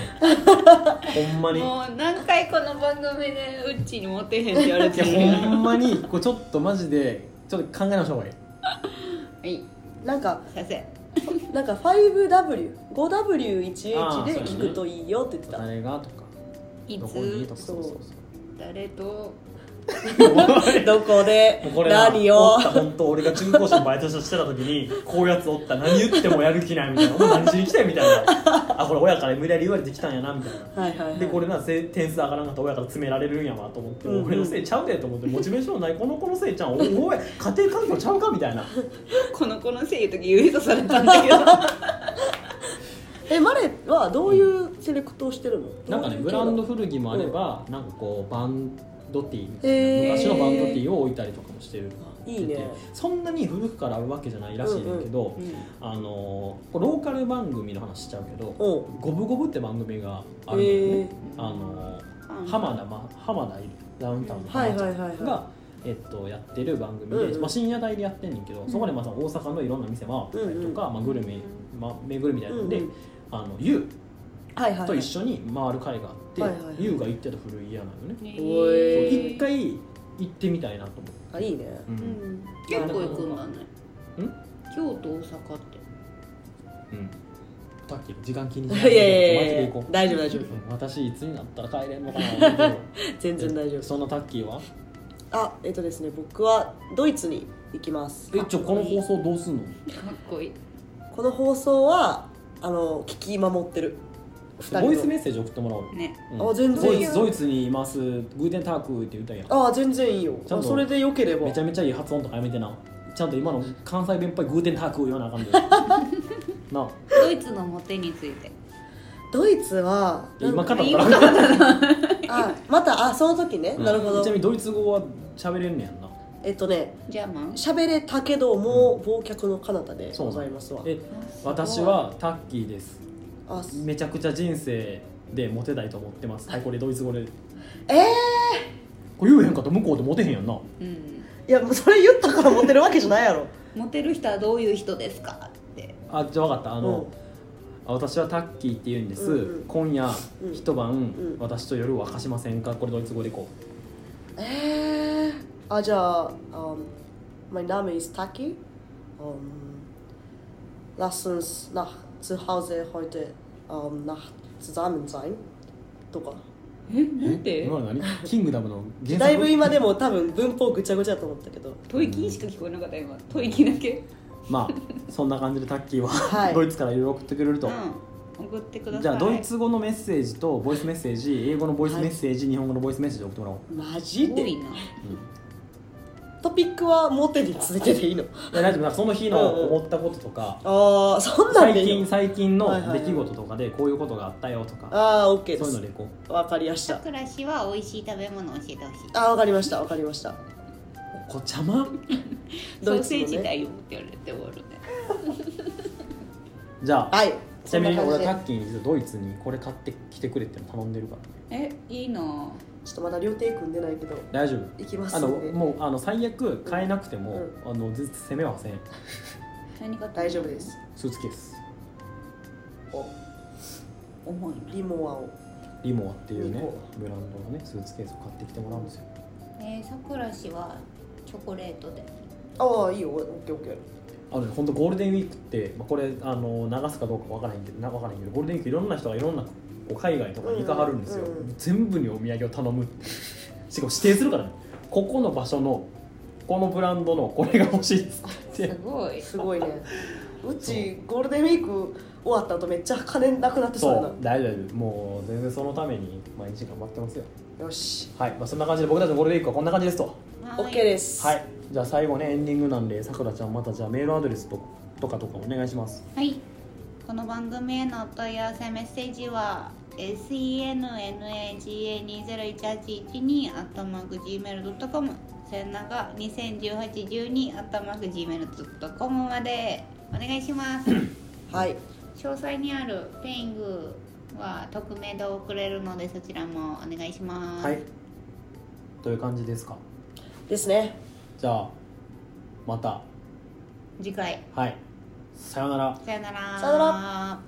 A: ほんま にい
C: もう何回この番組でうっちにモテへんって言われてる
A: やほんまにこれちょっとマジでちょっと考え直した方がいい
C: はい
B: なんか
C: 先生
B: なんか 5W5W1H
A: あーそう
B: で
A: やね
B: 聞くといいよって言ってた
A: 誰がとか
C: い
A: どこに
C: つ
A: とかそうそうそう
C: 誰と
B: どこで
A: もうこれな
B: 何
A: お
B: を
A: った本当俺が中高生のバイトしてた時にこういうやつおった何言ってもやる気ないみたいなお前何しに来たよみたいなあこれ親から無理やり言われてきたんやなみたいな
B: はいはいはい
A: でこれなせ点数上がらんかったら親から詰められるんやわと思って、
B: うんうん
A: 俺のせいちゃうでと思ってモチベーションないこの子のせいちゃうんおお前家庭環境ちゃうかみたいな
C: この子のせいとき指さされたんだけど
B: えマレはどういうセレクトをしてるの
A: なんかね
B: どういう
A: ブ
B: 系な
A: ラ
B: の
A: ンド古着もあれば、なんかこうバンドティーみたいな、
B: へー
A: 昔のバンドティーを置いたりとかもしてる
B: いいね
A: そんなに古くからあるわけじゃないらしいんだけど、あのーローカル番組の話しちゃうけど
B: おう
A: 「ゴブゴブ」って番組があるんだよ
B: え
A: ね、あのー
C: ハマ
A: 浜田ま浜田いるダウンタウンの
B: は
A: 浜
B: い
A: 田ち
B: は
A: ゃ
B: い
A: ん
B: はいはい
A: が、えっと、やってる番組で、
B: うんうん
A: まあ、深夜帯でやってんねんけど、
C: ん
A: そこでまた大阪のいろんな店回ったりとか、まあ、グルメ、まあ、巡るみたいなので、
B: うんうん
A: あの YOU
B: はいはい
A: と
B: はい
A: 一緒に回る会があって、
B: はいはいはい
A: YOU が行ってた古い家なのね
C: ね
B: お
A: そう
B: い
A: 一、回行ってみたいなと思って、
B: あいいね
A: うん
C: うん結構行くんだね
A: ん
C: 京都大阪って
A: うんさっき時間気に
B: い
A: し
B: や
A: マ
B: いや
A: ジ
B: いや
A: で
B: いや
A: 行こう
B: 大丈夫大丈夫
A: うん私いつになったら帰れんのかな
B: 全然大丈夫
A: そんなタッキーは
B: あえっとですね僕はドイツに行きます
A: えちょこの放送どうすんの
C: かっこいい
B: この放送はあの聞き守ってる二
A: ボイス
B: 人の
A: メッセージ送ってもらおう、
C: ね
A: うん
B: あ全然
A: ドイツドイツにいますグーテンタークって言ったんや
B: ああ全然いいよ
A: ちゃんと
B: それでよければ
A: めちゃめちゃいい発音とかやめてなちゃんと今の関西弁っぽいグーテンタークを言わなあ かんでなあ
C: ドイツのモテについて
B: ドイツはなん
A: 今
B: か
A: かったら
B: あまたあその時ね、
A: うん
B: なるほど
A: ちなみにドイツ語は喋れんねやんな
B: えっとね
C: ジャーマン
B: 喋れたけどもう忘却の彼方でございますわ
A: え私はタッキーです
B: あす
A: めちゃくちゃ人生でモテたいと思ってますはいこれドイツ語で
B: えー、
A: これ言えへんかったら向こうでモテへんやんな
C: うん
B: いやもうそれ言ったからモテるわけじゃないやろ
C: モテる人はどういう人ですかって
A: あじゃあ分かったあの、あ私はタッキーって言うんです、
B: うんうん
A: 今夜、
B: うん
A: 一晩、
B: ん
A: 私と夜を明かしませんかこれドイツ語でいこう
B: うんえー、あじゃあ、um, My name is Taki、um, Lass uns nach zu Hause heute、um, Nacht zusammen sein とか
C: えなんて
A: 今の 何キングダムの原作
B: だいぶ今でも多分文法ぐちゃぐちゃだと思ったけど
C: 吐息しか聞こえなかった今吐息だけ
A: まあそんな感じでタッキーは、
B: はい
A: ドイツからいろいろ送ってくれると、
C: うん送ってください
A: じゃあドイツ語のメッセージとボイスメッセージ英語のボイスメッセージ、日本語のボイスメッセージ送ってもらおう
B: マジ
C: 多
B: で
C: いな
B: トピックはモテに続いてでいいの
A: いや大丈夫なんかその日の思ったこととか、
B: ああそんな
A: 最
B: んでいい
A: 近
B: の
A: 最近
B: はいはい
A: の
B: はい
A: 出来事とかでこういうことがあったよとか、
B: ああ OK で
A: そういうの
B: す
A: でいこ
B: わかりまし
C: さ
B: た
C: くら氏は美味しい食べ物を教えてほしい
B: ああわかりましたわかりました
A: うこちゃま
C: ソ
B: ドイ
C: ー
B: ツ
C: セ
B: のね
C: ージだよって言われて終わるね
A: じゃあ
B: はい
A: ちなみに
B: そん
A: 俺
B: な
A: はタ
B: 感じで
A: ッキーに実はドイツにこれ買ってきてくれっての頼んでるからね
C: えいいな
B: ちょっとまだ両手組んでないけど
A: 大丈夫
B: 行きます
A: あの
B: んで
A: もうあの最悪買えなくても、あのず攻めはせん
C: 何か
B: 大丈夫です
A: スーツケース
B: お
C: 重いな
B: リモアを
A: リモアっていうね
B: リモ
A: ブランドのねスーツケースを買ってきてもらうんですよ
C: えー、さくら氏はチョコレートで
B: ああいいよオッケーオッケー
A: あのね本当ゴールデンウィークって、まあ、これあの流すかどうかわからへんけどなわからへんけどゴールデンウィークいろんな人がいろんなこう海外とかに行かはるんですよ、
B: うんうん
A: 全部にお土産を頼むってしかも指定するからねここの場所のこのブランドのこれが欲しいっつって
C: すごい
B: すごいねうちゴールデンウィーク終わった後めっちゃ金なくなって そう
A: そ
B: や
A: う大丈夫大丈夫もう全然そのために毎日頑張ってますよ
B: なよし
A: はい、まあ、そんな感じで僕たちのゴールデンウィークはこんな感じですと
C: は
B: オ
C: い
B: ッケーです
A: はいじゃあ最後ねエンディングなんでさくらちゃんまたじゃあメールアドレスととかとかお願いします
C: はい。この番組へのお問い合わせメッセージは sennaga201812 あたまぐ gmail.com せんなが201812あたまぐ gmail.com までお願いします詳
B: はい
C: 細にあるペイングは匿名で送れるのでそちらもお願いします、
A: はいという感じですか
B: ですね
A: じゃあまた
C: 次回
A: はいさようなら
C: さよなら
B: さよな
C: ら